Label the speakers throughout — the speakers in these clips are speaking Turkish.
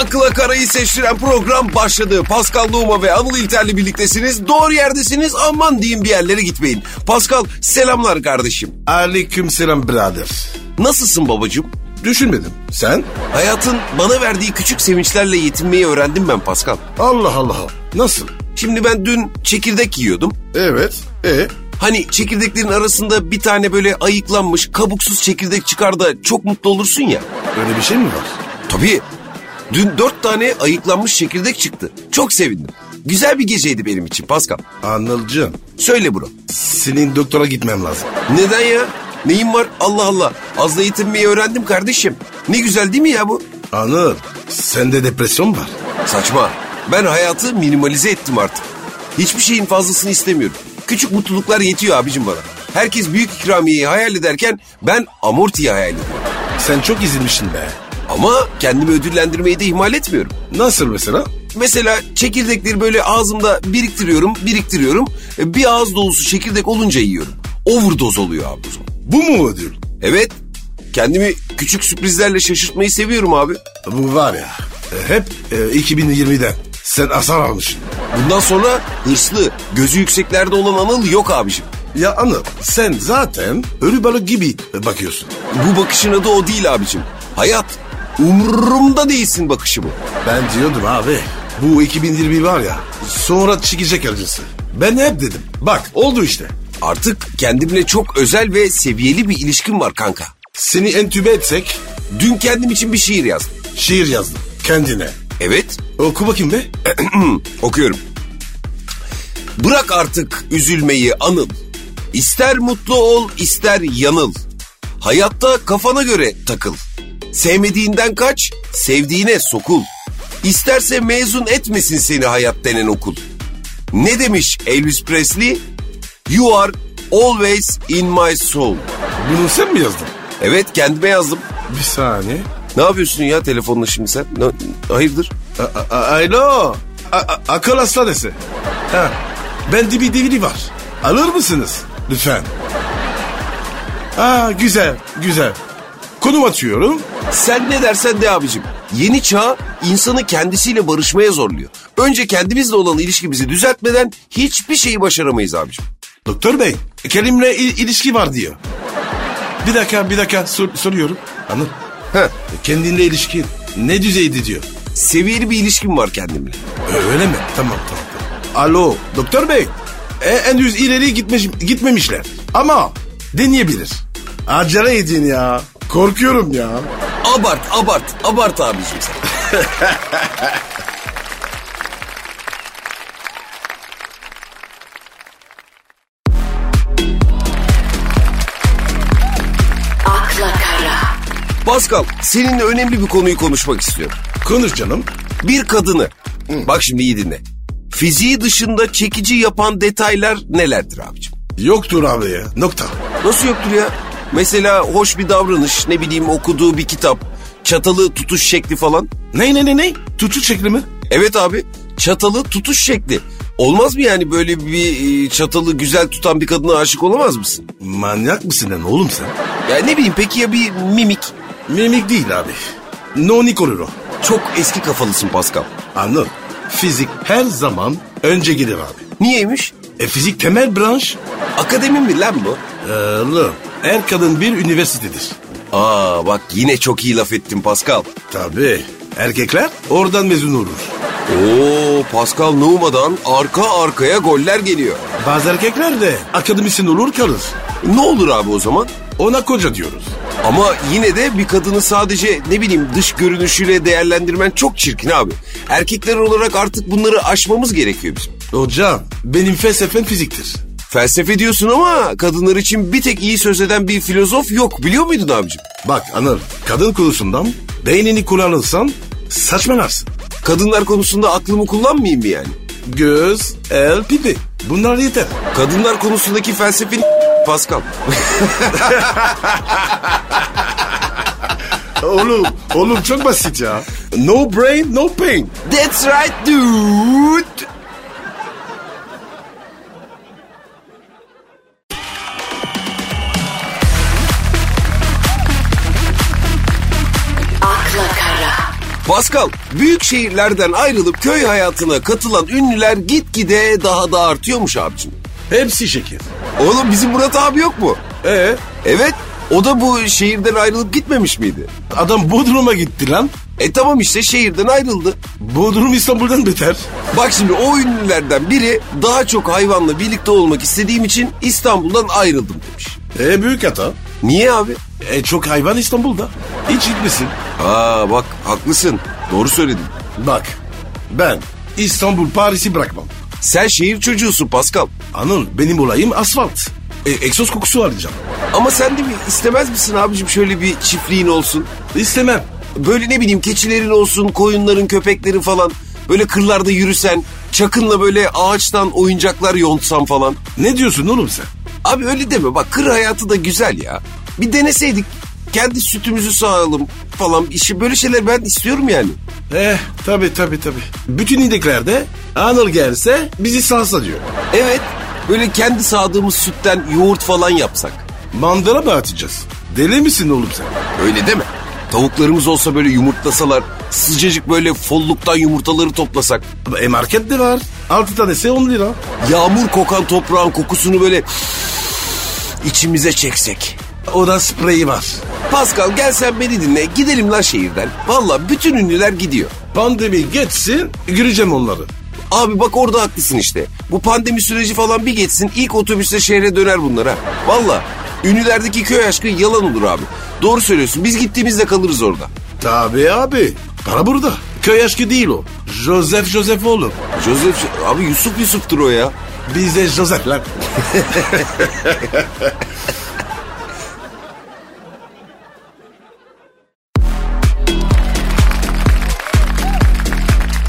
Speaker 1: akla karayı seçtiren program başladı. Pascal Numa ve Anıl İlter'le birliktesiniz. Doğru yerdesiniz. Aman diyeyim bir yerlere gitmeyin. Pascal selamlar kardeşim.
Speaker 2: Aleyküm selam birader.
Speaker 1: Nasılsın babacığım?
Speaker 2: Düşünmedim. Sen?
Speaker 1: Hayatın bana verdiği küçük sevinçlerle yetinmeyi öğrendim ben Pascal.
Speaker 2: Allah Allah. Nasıl?
Speaker 1: Şimdi ben dün çekirdek yiyordum.
Speaker 2: Evet. E
Speaker 1: Hani çekirdeklerin arasında bir tane böyle ayıklanmış kabuksuz çekirdek çıkar da çok mutlu olursun ya.
Speaker 2: öyle bir şey mi var?
Speaker 1: Tabii. Dün dört tane ayıklanmış çekirdek çıktı. Çok sevindim. Güzel bir geceydi benim için Pascal.
Speaker 2: Anılcım.
Speaker 1: Söyle bro.
Speaker 2: Senin doktora gitmem lazım.
Speaker 1: Neden ya? Neyim var? Allah Allah. Az da yetinmeyi öğrendim kardeşim. Ne güzel değil mi ya bu?
Speaker 2: Anıl. Sende depresyon var.
Speaker 1: Saçma. Ben hayatı minimalize ettim artık. Hiçbir şeyin fazlasını istemiyorum. Küçük mutluluklar yetiyor abicim bana. Herkes büyük ikramiyeyi hayal ederken ben amortiyi hayal ediyorum.
Speaker 2: Sen çok izilmişsin be.
Speaker 1: Ama kendimi ödüllendirmeyi de ihmal etmiyorum.
Speaker 2: Nasıl mesela?
Speaker 1: Mesela çekirdekleri böyle ağzımda biriktiriyorum, biriktiriyorum. E, Bir ağız dolusu çekirdek olunca yiyorum. Overdose oluyor abi bu zaman.
Speaker 2: Bu mu ödül?
Speaker 1: Evet, kendimi küçük sürprizlerle şaşırtmayı seviyorum abi.
Speaker 2: Bu var ya. e, Hep e, 2020'den. Sen asar almışsın.
Speaker 1: Bundan sonra hırslı, gözü yükseklerde olan Anıl yok abicim.
Speaker 2: Ya Anıl sen zaten ölü balık gibi bakıyorsun.
Speaker 1: Bu bakışın adı o değil abicim. Hayat, umurumda değilsin bakışı bu.
Speaker 2: Ben diyordum abi bu 2020 var ya sonra çıkacak acısı. Ben hep dedim bak oldu işte.
Speaker 1: Artık kendimle çok özel ve seviyeli bir ilişkim var kanka.
Speaker 2: Seni entübe etsek
Speaker 1: Dün kendim için bir şiir yazdım.
Speaker 2: şiir yazdım kendine.
Speaker 1: Evet,
Speaker 2: Oku bakayım be. E,
Speaker 1: Okuyorum. Bırak artık üzülmeyi anıl. İster mutlu ol ister yanıl. Hayatta kafana göre takıl. Sevmediğinden kaç, sevdiğine sokul. İsterse mezun etmesin seni hayat denen okul. Ne demiş Elvis Presley? You are always in my soul.
Speaker 2: Bunu sen mi yazdın?
Speaker 1: Evet kendime yazdım.
Speaker 2: Bir saniye.
Speaker 1: Ne yapıyorsun ya telefonla şimdi sen? Ne- hayırdır?
Speaker 2: A- a- a- Alo. A- a- Akıl hastanesi. Ha. Bende bir DVD var. Alır mısınız? Lütfen. Aa, güzel, güzel. Konum atıyorum.
Speaker 1: Sen ne dersen de abicim. Yeni çağ insanı kendisiyle barışmaya zorluyor. Önce kendimizle olan ilişkimizi düzeltmeden hiçbir şeyi başaramayız abicim.
Speaker 2: Doktor bey, Kerim'le il- ilişki var diyor. Bir dakika, bir dakika sor- soruyorum. Anıl,
Speaker 1: Heh,
Speaker 2: kendinle ilişki ne düzeyde diyor.
Speaker 1: seviyeli bir ilişkim var kendimle.
Speaker 2: Ö- Öyle mi? Tamam, tamam. tamam. Alo, doktor bey. E, henüz ileri gitmiş, gitmemişler. Ama deneyebilir. Acele edin ya. Korkuyorum ya.
Speaker 1: Abart, abart, abart abicim sen.
Speaker 3: akla kara,
Speaker 1: Pascal, seninle önemli bir konuyu konuşmak istiyorum.
Speaker 2: Konuş canım.
Speaker 1: Bir kadını, bak şimdi iyi dinle. Fiziği dışında çekici yapan detaylar nelerdir abicim?
Speaker 2: Yoktur abi ya. Nokta.
Speaker 1: Nasıl yoktur ya? Mesela hoş bir davranış, ne bileyim okuduğu bir kitap, çatalı tutuş şekli falan.
Speaker 2: Ne ne ne ne? Tutuş şekli mi?
Speaker 1: Evet abi çatalı tutuş şekli. Olmaz mı yani böyle bir e, çatalı güzel tutan bir kadına aşık olamaz mısın?
Speaker 2: Manyak mısın lan oğlum sen?
Speaker 1: Ya ne bileyim peki ya bir mimik?
Speaker 2: Mimik değil abi. Nonik olur o.
Speaker 1: Çok eski kafalısın Pascal.
Speaker 2: Anıl. Fizik her zaman önce gelir abi.
Speaker 1: Niyeymiş?
Speaker 2: E fizik temel branş.
Speaker 1: Akademi mi lan bu?
Speaker 2: Ee, oğlum, her kadın bir üniversitedir.
Speaker 1: Aa bak yine çok iyi laf ettin Pascal.
Speaker 2: Tabii. Erkekler oradan mezun olur.
Speaker 1: Oo Pascal Numa'dan arka arkaya goller geliyor.
Speaker 2: Bazı erkekler de akademisyen olur kalır.
Speaker 1: Ne olur abi o zaman?
Speaker 2: Ona koca diyoruz.
Speaker 1: Ama yine de bir kadını sadece ne bileyim dış görünüşüyle değerlendirmen çok çirkin abi. Erkekler olarak artık bunları aşmamız gerekiyor bizim.
Speaker 2: Hocam benim felsefem fiziktir.
Speaker 1: Felsefe diyorsun ama kadınlar için bir tek iyi söz eden bir filozof yok biliyor muydun abicim?
Speaker 2: Bak Anıl kadın konusundan beynini kullanırsan saçmalarsın.
Speaker 1: Kadınlar konusunda aklımı kullanmayayım mı yani?
Speaker 2: Göz, el, pipi. Bunlar yeter.
Speaker 1: Kadınlar konusundaki felsefin Pascal.
Speaker 2: Oğlum, oğlum çok basit ya. No brain, no pain.
Speaker 1: That's right dude.
Speaker 3: akla kara,
Speaker 1: Pascal, büyük şehirlerden ayrılıp köy hayatına katılan ünlüler gitgide daha da artıyormuş abicim.
Speaker 2: Hepsi şeker.
Speaker 1: Oğlum bizim Murat abi yok mu?
Speaker 2: Ee,
Speaker 1: Evet, o da bu şehirden ayrılıp gitmemiş miydi?
Speaker 2: adam Bodrum'a gitti lan.
Speaker 1: E tamam işte şehirden ayrıldı.
Speaker 2: Bodrum İstanbul'dan beter.
Speaker 1: Bak şimdi o ünlülerden biri daha çok hayvanla birlikte olmak istediğim için İstanbul'dan ayrıldım demiş.
Speaker 2: E büyük hata.
Speaker 1: Niye abi?
Speaker 2: E çok hayvan İstanbul'da. Hiç gitmesin.
Speaker 1: Aa bak haklısın. Doğru söyledin.
Speaker 2: Bak ben İstanbul Paris'i bırakmam.
Speaker 1: Sen şehir çocuğusun Pascal.
Speaker 2: Anıl benim olayım asfalt. E, egzoz kokusu arayacağım.
Speaker 1: Ama sen de mi istemez misin abicim şöyle bir çiftliğin olsun?
Speaker 2: İstemem.
Speaker 1: Böyle ne bileyim keçilerin olsun, koyunların, köpeklerin falan. Böyle kırlarda yürüsen, çakınla böyle ağaçtan oyuncaklar yontsan falan.
Speaker 2: Ne diyorsun oğlum sen?
Speaker 1: Abi öyle deme bak kır hayatı da güzel ya. Bir deneseydik kendi sütümüzü sağalım falan işi böyle şeyler ben istiyorum yani.
Speaker 2: Eh tabi tabi tabi. Bütün indeklerde Anıl gelse bizi salsa diyor.
Speaker 1: Evet böyle kendi sağdığımız sütten yoğurt falan yapsak.
Speaker 2: Mandıra mı atacağız? Deli misin oğlum sen?
Speaker 1: Öyle deme. Tavuklarımız olsa böyle yumurtlasalar, sıcacık böyle folluktan yumurtaları toplasak,
Speaker 2: E market de var. 6 tanesi 10 lira.
Speaker 1: yağmur kokan toprağın kokusunu böyle içimize çeksek.
Speaker 2: O da spreyi var.
Speaker 1: Pascal gel sen beni dinle gidelim lan şehirden. Valla bütün ünlüler gidiyor.
Speaker 2: Pandemi geçsin göreceğim onları.
Speaker 1: Abi bak orada haklısın işte. Bu pandemi süreci falan bir geçsin ilk otobüsle şehre döner bunlar ha. Valla ünlülerdeki köy aşkı yalan olur abi. Doğru söylüyorsun biz gittiğimizde kalırız orada.
Speaker 2: Tabi abi. Para burada. Köy aşkı değil o. Joseph Joseph oğlum.
Speaker 1: Joseph abi Yusuf Yusuf'tur o ya.
Speaker 2: Bizde Joseph lan.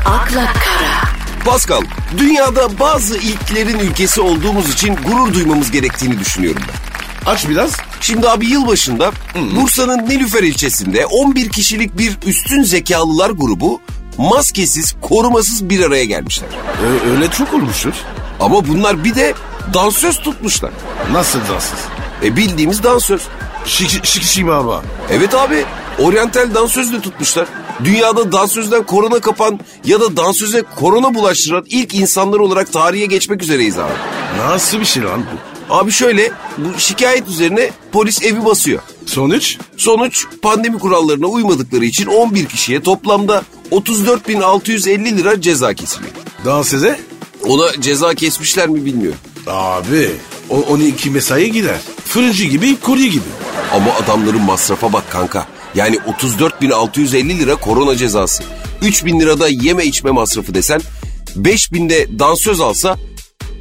Speaker 3: akla kara,
Speaker 1: Pascal, dünyada bazı ilklerin ülkesi olduğumuz için gurur duymamız gerektiğini düşünüyorum ben.
Speaker 2: Aç biraz.
Speaker 1: Şimdi abi yılbaşında Bursa'nın Nilüfer ilçesinde 11 kişilik bir üstün zekalılar grubu maskesiz, korumasız bir araya gelmişler.
Speaker 2: Ö- öyle çok olmuştur.
Speaker 1: Ama bunlar bir de dansöz tutmuşlar.
Speaker 2: Nasıl dansız?
Speaker 1: E bildiğimiz dansöz.
Speaker 2: Şik şik şik baba.
Speaker 1: Evet abi, oryantal dansözle tutmuşlar. Dünyada dansözden korona kapan ya da dansöze korona bulaştıran ilk insanlar olarak tarihe geçmek üzereyiz abi.
Speaker 2: Nasıl bir şey lan bu?
Speaker 1: Abi şöyle bu şikayet üzerine polis evi basıyor.
Speaker 2: Sonuç?
Speaker 1: Sonuç pandemi kurallarına uymadıkları için 11 kişiye toplamda 34.650 lira ceza kesiliyor.
Speaker 2: Dansöze?
Speaker 1: Ona ceza kesmişler mi bilmiyorum.
Speaker 2: Abi o 12 mesaiye gider. Fırıncı gibi, kurye gibi.
Speaker 1: Ama adamların masrafa bak kanka. Yani 34.650 lira korona cezası. 3.000 lirada yeme içme masrafı desen 5.000 de dansöz alsa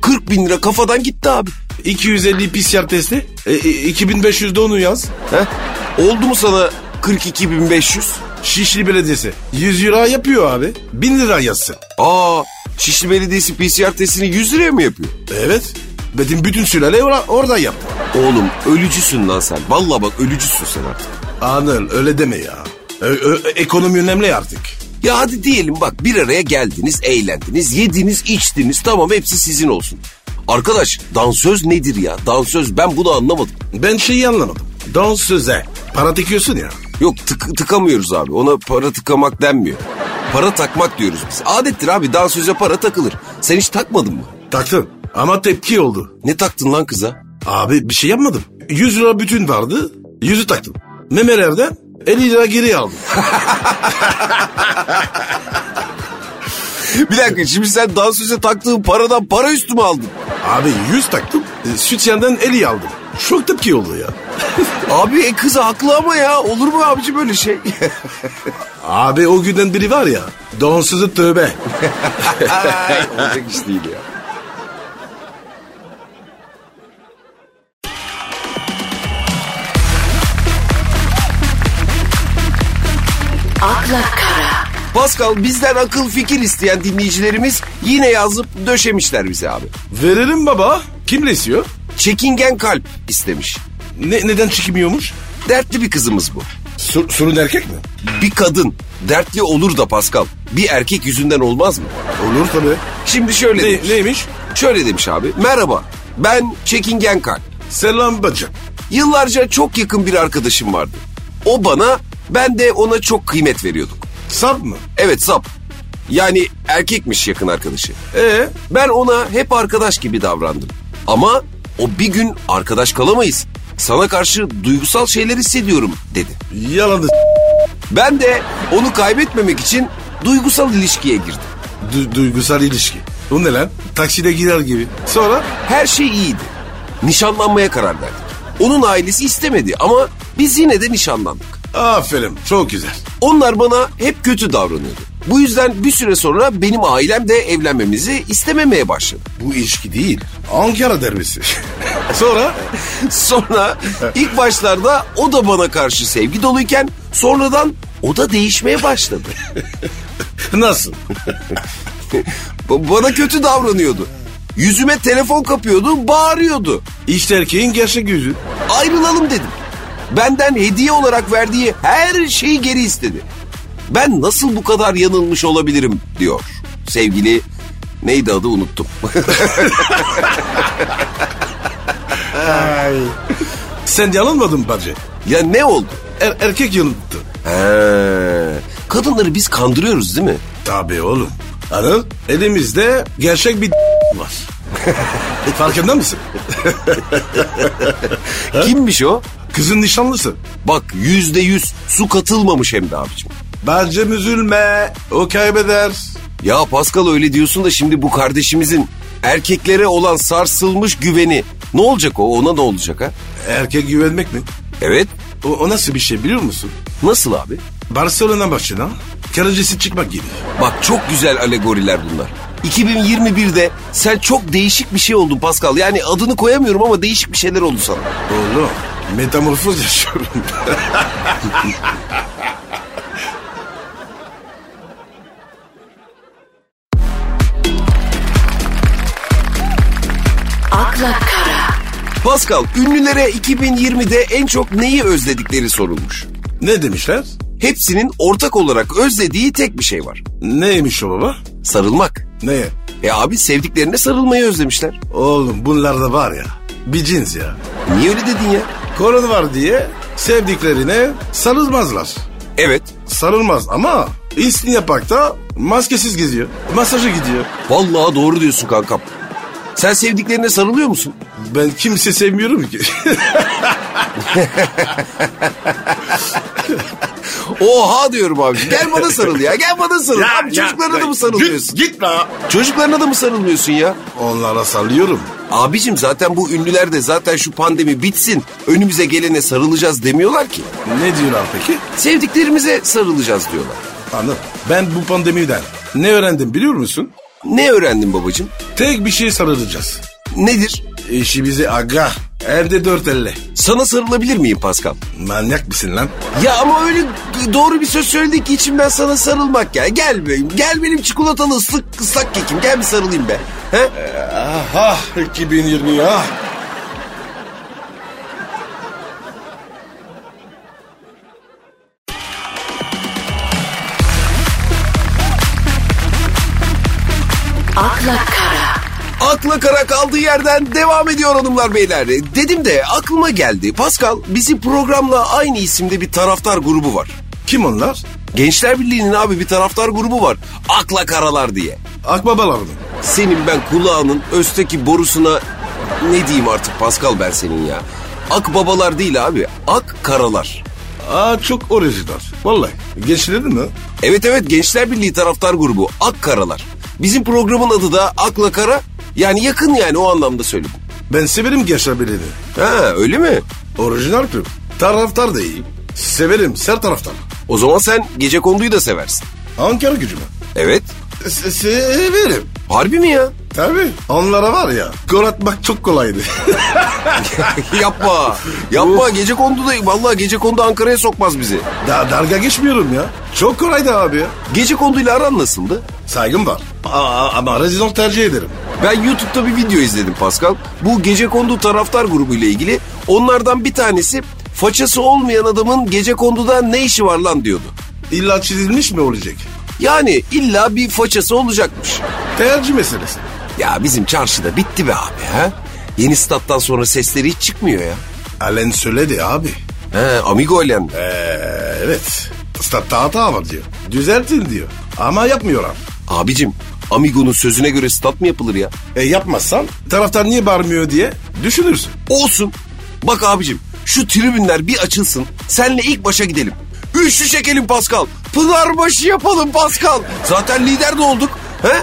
Speaker 1: 40.000 lira kafadan gitti abi.
Speaker 2: 250 PCR testi, e, e, 2500 de onu yaz.
Speaker 1: Heh? Oldu mu sana 42.500?
Speaker 2: Şişli Belediyesi 100 lira yapıyor abi. 1000 lira yazsın.
Speaker 1: Aa Şişli Belediyesi PCR testini 100 liraya mı yapıyor?
Speaker 2: Evet. Benim bütün sülale or- orada yaptı.
Speaker 1: Oğlum ölücüsün lan sen. Vallahi bak ölücüsün sen artık.
Speaker 2: Anıl öyle deme ya. Ö- ö- ekonomi önemli artık.
Speaker 1: Ya hadi diyelim bak bir araya geldiniz, eğlendiniz, yediniz, içtiniz. Tamam hepsi sizin olsun. Arkadaş dansöz nedir ya? Dansöz ben bunu anlamadım.
Speaker 2: Ben şeyi anlamadım. Dansöze para tekiyorsun ya.
Speaker 1: Yok tık- tıkamıyoruz abi. Ona para tıkamak denmiyor. Para takmak diyoruz biz. Adettir abi dansöze para takılır. Sen hiç takmadın mı?
Speaker 2: Taktım ama tepki oldu.
Speaker 1: Ne taktın lan kıza?
Speaker 2: Abi bir şey yapmadım. 100 lira bütün vardı. 100'ü taktım. Memelerden 50 lira geri aldım.
Speaker 1: bir dakika şimdi sen dansöze taktığın paradan para üstü mü aldın?
Speaker 2: Abi 100 taktım. e, Süt yandan 50 aldım. Çok tepki oldu ya.
Speaker 1: Abi e, kız haklı ama ya. Olur mu abici böyle şey?
Speaker 2: Abi o günden biri var ya. Donsuz'u tövbe.
Speaker 1: Ay, olacak iş değil ya.
Speaker 3: akla kara,
Speaker 1: Pascal bizden akıl fikir isteyen dinleyicilerimiz yine yazıp döşemişler bize abi.
Speaker 2: Verelim baba. Kimle istiyor?
Speaker 1: Çekingen kalp istemiş.
Speaker 2: Ne, neden çıkmıyormuş?
Speaker 1: Dertli bir kızımız bu.
Speaker 2: Sur, surun erkek mi?
Speaker 1: Bir kadın dertli olur da Pascal. Bir erkek yüzünden olmaz mı?
Speaker 2: Olur tabii.
Speaker 1: Şimdi şöyle
Speaker 2: Ne,
Speaker 1: demiş.
Speaker 2: neymiş?
Speaker 1: Şöyle demiş abi. Merhaba ben çekingen kalp.
Speaker 2: Selam bacım.
Speaker 1: Yıllarca çok yakın bir arkadaşım vardı. O bana ben de ona çok kıymet veriyorduk.
Speaker 2: Sap mı?
Speaker 1: Evet sap. Yani erkekmiş yakın arkadaşı. E,
Speaker 2: Ee?
Speaker 1: Ben ona hep arkadaş gibi davrandım. Ama o bir gün arkadaş kalamayız. Sana karşı duygusal şeyler hissediyorum dedi.
Speaker 2: Yalanı
Speaker 1: Ben de onu kaybetmemek için duygusal ilişkiye girdim.
Speaker 2: du- duygusal ilişki. O ne lan? Takside girer gibi. Sonra?
Speaker 1: Her şey iyiydi. Nişanlanmaya karar verdik. Onun ailesi istemedi ama biz yine de nişanlandık.
Speaker 2: Aferin. Çok güzel.
Speaker 1: Onlar bana hep kötü davranıyordu. Bu yüzden bir süre sonra benim ailem de evlenmemizi istememeye başladı.
Speaker 2: Bu ilişki değil. Ankara derbisi. Sonra?
Speaker 1: Sonra ilk başlarda o da bana karşı sevgi doluyken sonradan o da değişmeye başladı.
Speaker 2: Nasıl?
Speaker 1: Ba- Bana kötü davranıyordu. Yüzüme telefon kapıyordu, bağırıyordu.
Speaker 2: İşte erkeğin gerçek yüzü.
Speaker 1: Ayrılalım dedim. Benden hediye olarak verdiği her şeyi geri istedi. Ben nasıl bu kadar yanılmış olabilirim diyor. Sevgili neydi adı unuttum.
Speaker 2: Sen yanılmadın mı bacı?
Speaker 1: ya ne oldu?
Speaker 2: Er- erkek yanıldı.
Speaker 1: He, kadınları biz kandırıyoruz değil mi?
Speaker 2: Tabii oğlum. Anıl elimizde gerçek bir var. E, Farkında mısın?
Speaker 1: Kimmiş o?
Speaker 2: Kızın nişanlısı.
Speaker 1: Bak yüzde yüz su katılmamış hem de abicim.
Speaker 2: Bacım üzülme. O kaybeder.
Speaker 1: Ya Pascal öyle diyorsun da şimdi bu kardeşimizin erkeklere olan sarsılmış güveni ne olacak o ona ne olacak ha?
Speaker 2: Erkek güvenmek mi?
Speaker 1: Evet
Speaker 2: O, o nasıl bir şey biliyor musun?
Speaker 1: nasıl abi?
Speaker 2: Barcelona başına karıcısı çıkmak gibi.
Speaker 1: Bak çok güzel alegoriler bunlar. 2021'de sen çok değişik bir şey oldun Pascal. Yani adını koyamıyorum ama değişik bir şeyler oldu sana.
Speaker 2: Oğlum metamorfoz yaşıyorum.
Speaker 3: akla kara,
Speaker 1: Pascal ünlülere 2020'de en çok neyi özledikleri sorulmuş.
Speaker 2: ne demişler?
Speaker 1: Hepsinin ortak olarak özlediği tek bir şey var.
Speaker 2: Neymiş o baba?
Speaker 1: Sarılmak.
Speaker 2: Neye?
Speaker 1: E abi sevdiklerine sarılmayı özlemişler.
Speaker 2: Oğlum bunlar da var ya. Bir cins ya.
Speaker 1: Niye öyle dedin ya?
Speaker 2: Korona var diye sevdiklerine sarılmazlar.
Speaker 1: Evet.
Speaker 2: Sarılmaz ama İstinye Park'ta maskesiz geziyor. Masaja gidiyor.
Speaker 1: Vallahi doğru diyorsun kankam. Sen sevdiklerine sarılıyor musun?
Speaker 2: Ben kimse sevmiyorum ki.
Speaker 1: Oha diyorum abi. Gel bana sarıl ya. Gel bana sarıl. abi çocuklarına da mı sarılıyorsun?
Speaker 2: Git, la.
Speaker 1: Çocuklarına da mı sarılmıyorsun ya?
Speaker 2: Onlara sarılıyorum.
Speaker 1: Abicim zaten bu ünlüler de zaten şu pandemi bitsin. Önümüze gelene sarılacağız demiyorlar ki.
Speaker 2: Ne diyorlar peki?
Speaker 1: Sevdiklerimize sarılacağız diyorlar.
Speaker 2: Anladım. Ben bu pandemiden ne öğrendim biliyor musun?
Speaker 1: Ne öğrendin babacığım?
Speaker 2: Tek bir şey sarılacağız.
Speaker 1: Nedir?
Speaker 2: İşi bizi aga. Evde dört elle.
Speaker 1: Sana sarılabilir miyim Pascal?
Speaker 2: Manyak mısın lan?
Speaker 1: Ya ama öyle doğru bir söz söyledik ki içimden sana sarılmak ya. Gel benim, gel benim çikolatalı ıslık ıslak kekim. Gel bir sarılayım be. He?
Speaker 2: Aha 2020 ya.
Speaker 3: akla kara,
Speaker 1: Akla kara kaldığı yerden devam ediyor hanımlar beyler. Dedim de aklıma geldi. Pascal bizim programla aynı isimde bir taraftar grubu var.
Speaker 2: Kim onlar?
Speaker 1: Gençler Birliği'nin abi bir taraftar grubu var. Akla karalar diye.
Speaker 2: Akbabalar mı?
Speaker 1: Senin ben kulağının östeki borusuna ne diyeyim artık Pascal ben senin ya. Ak babalar değil abi. Ak karalar.
Speaker 2: Aa çok orijinal. Vallahi. Geçirdin mi?
Speaker 1: Evet evet Gençler Birliği taraftar grubu Ak Karalar. Bizim programın adı da Akla Kara. Yani yakın yani o anlamda söyledim.
Speaker 2: Ben severim gençler birini.
Speaker 1: Ha öyle mi?
Speaker 2: Orijinal film. Taraftar da iyi. Severim ser taraftar.
Speaker 1: O zaman sen gece konduyu da seversin.
Speaker 2: Ankara gücü mü?
Speaker 1: Evet.
Speaker 2: Se- severim.
Speaker 1: Harbi mi ya?
Speaker 2: Tabii. Onlara var ya. Gol atmak çok kolaydı.
Speaker 1: yapma. Yapma gece kondu da vallahi gece kondu Ankara'ya sokmaz bizi.
Speaker 2: Daha dalga geçmiyorum ya. Çok kolaydı abi ya.
Speaker 1: Gece konduyla aran nasıldı?
Speaker 2: Saygım var. Aa, ama rezidans tercih ederim.
Speaker 1: Ben YouTube'da bir video izledim Pascal. Bu gece kondu taraftar grubuyla ilgili. Onlardan bir tanesi façası olmayan adamın gece konduda ne işi var lan diyordu.
Speaker 2: İlla çizilmiş mi olacak?
Speaker 1: Yani illa bir façası olacakmış.
Speaker 2: Tercih meselesi.
Speaker 1: Ya bizim çarşıda bitti be abi ha. Yeni stat'tan sonra sesleri hiç çıkmıyor ya.
Speaker 2: Alen söyledi abi.
Speaker 1: He, Amigo Alem.
Speaker 2: Ee, evet. statta hata var diyor. Düzeltin diyor. Ama yapmıyor abi.
Speaker 1: Abicim Amigo'nun sözüne göre stat mı yapılır ya?
Speaker 2: E yapmazsan taraftar niye bağırmıyor diye düşünürsün.
Speaker 1: Olsun. Bak abicim şu tribünler bir açılsın. Senle ilk başa gidelim. Üçlü çekelim Pascal. Pınarbaşı yapalım Pascal. Zaten lider de olduk. He?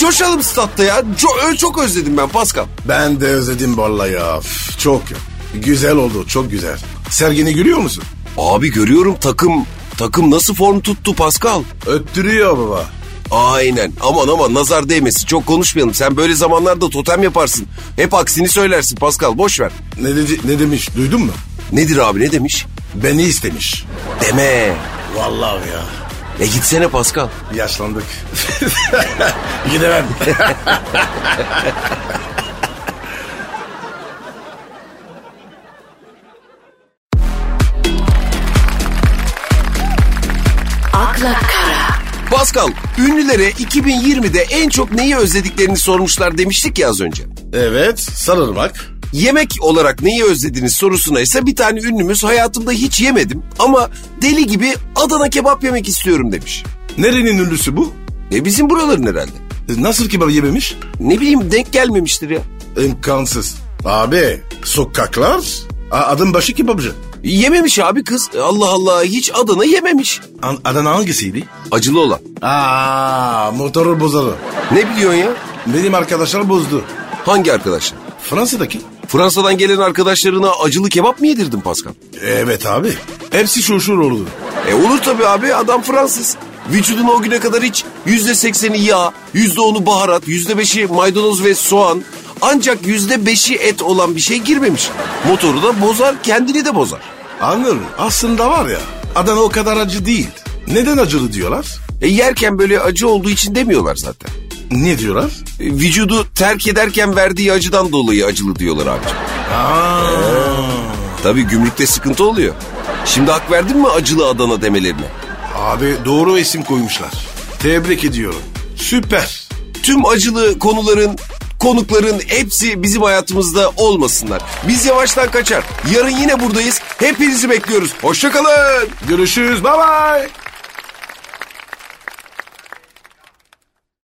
Speaker 1: Coşalım statta ya. Co- ö- çok özledim ben Pascal.
Speaker 2: Ben de özledim vallahi ya. Üf, Çok ya. Güzel oldu çok güzel. Sergini görüyor musun?
Speaker 1: Abi görüyorum takım takım nasıl form tuttu Pascal.
Speaker 2: Öttürüyor baba.
Speaker 1: Aynen. Aman aman nazar değmesin. Çok konuşmayalım. Sen böyle zamanlarda totem yaparsın. Hep aksini söylersin Pascal. Boş ver.
Speaker 2: Ne, dedi, ne demiş duydun mu?
Speaker 1: Nedir abi ne demiş?
Speaker 2: Beni istemiş.
Speaker 1: Deme.
Speaker 2: Vallahi ya.
Speaker 1: E gitsene Pascal.
Speaker 2: Yaşlandık. Gidemem.
Speaker 3: akla kara,
Speaker 1: Pascal, ünlülere 2020'de en çok neyi özlediklerini sormuşlar demiştik ya az önce.
Speaker 2: evet sarılmak.
Speaker 1: Yemek olarak neyi özlediğiniz sorusuna ise bir tane ünlümüz hayatımda hiç yemedim ama deli gibi Adana kebap yemek istiyorum demiş.
Speaker 2: Nerenin ünlüsü bu?
Speaker 1: E bizim buraların herhalde.
Speaker 2: E, Nasıl kibar yememiş?
Speaker 1: Ne bileyim denk gelmemiştir ya.
Speaker 2: İmkansız. Abi sokaklar a- adım başı kebapçı.
Speaker 1: Yememiş abi kız. E Allah Allah hiç Adana yememiş.
Speaker 2: An- Adana hangisiydi?
Speaker 1: Acılı olan.
Speaker 2: Aa motoru bozarı.
Speaker 1: Ne biliyorsun ya?
Speaker 2: Benim arkadaşlar bozdu.
Speaker 1: Hangi arkadaşın?
Speaker 2: Fransa'daki.
Speaker 1: Fransa'dan gelen arkadaşlarına acılı kebap mı yedirdin Pascal?
Speaker 2: Evet abi. Hepsi şuşur oldu.
Speaker 1: E olur tabii abi adam Fransız. Vücudun o güne kadar hiç yüzde sekseni yağ, yüzde onu baharat, yüzde beşi maydanoz ve soğan. Ancak yüzde beşi et olan bir şey girmemiş. Motoru da bozar, kendini de bozar.
Speaker 2: Anlıyorum. Aslında var ya Adana o kadar acı değil. Neden acılı diyorlar?
Speaker 1: E yerken böyle acı olduğu için demiyorlar zaten.
Speaker 2: Ne diyorlar?
Speaker 1: E, vücudu terk ederken verdiği acıdan dolayı acılı diyorlar abi. Tabii gümrükte sıkıntı oluyor. Şimdi hak verdin mi acılı Adana demelerine?
Speaker 2: Abi doğru isim koymuşlar. Tebrik ediyorum. Süper.
Speaker 1: Tüm acılı konuların, konukların hepsi bizim hayatımızda olmasınlar. Biz yavaştan kaçar. Yarın yine buradayız. Hepinizi bekliyoruz. Hoşçakalın.
Speaker 2: Görüşürüz. Bye bye.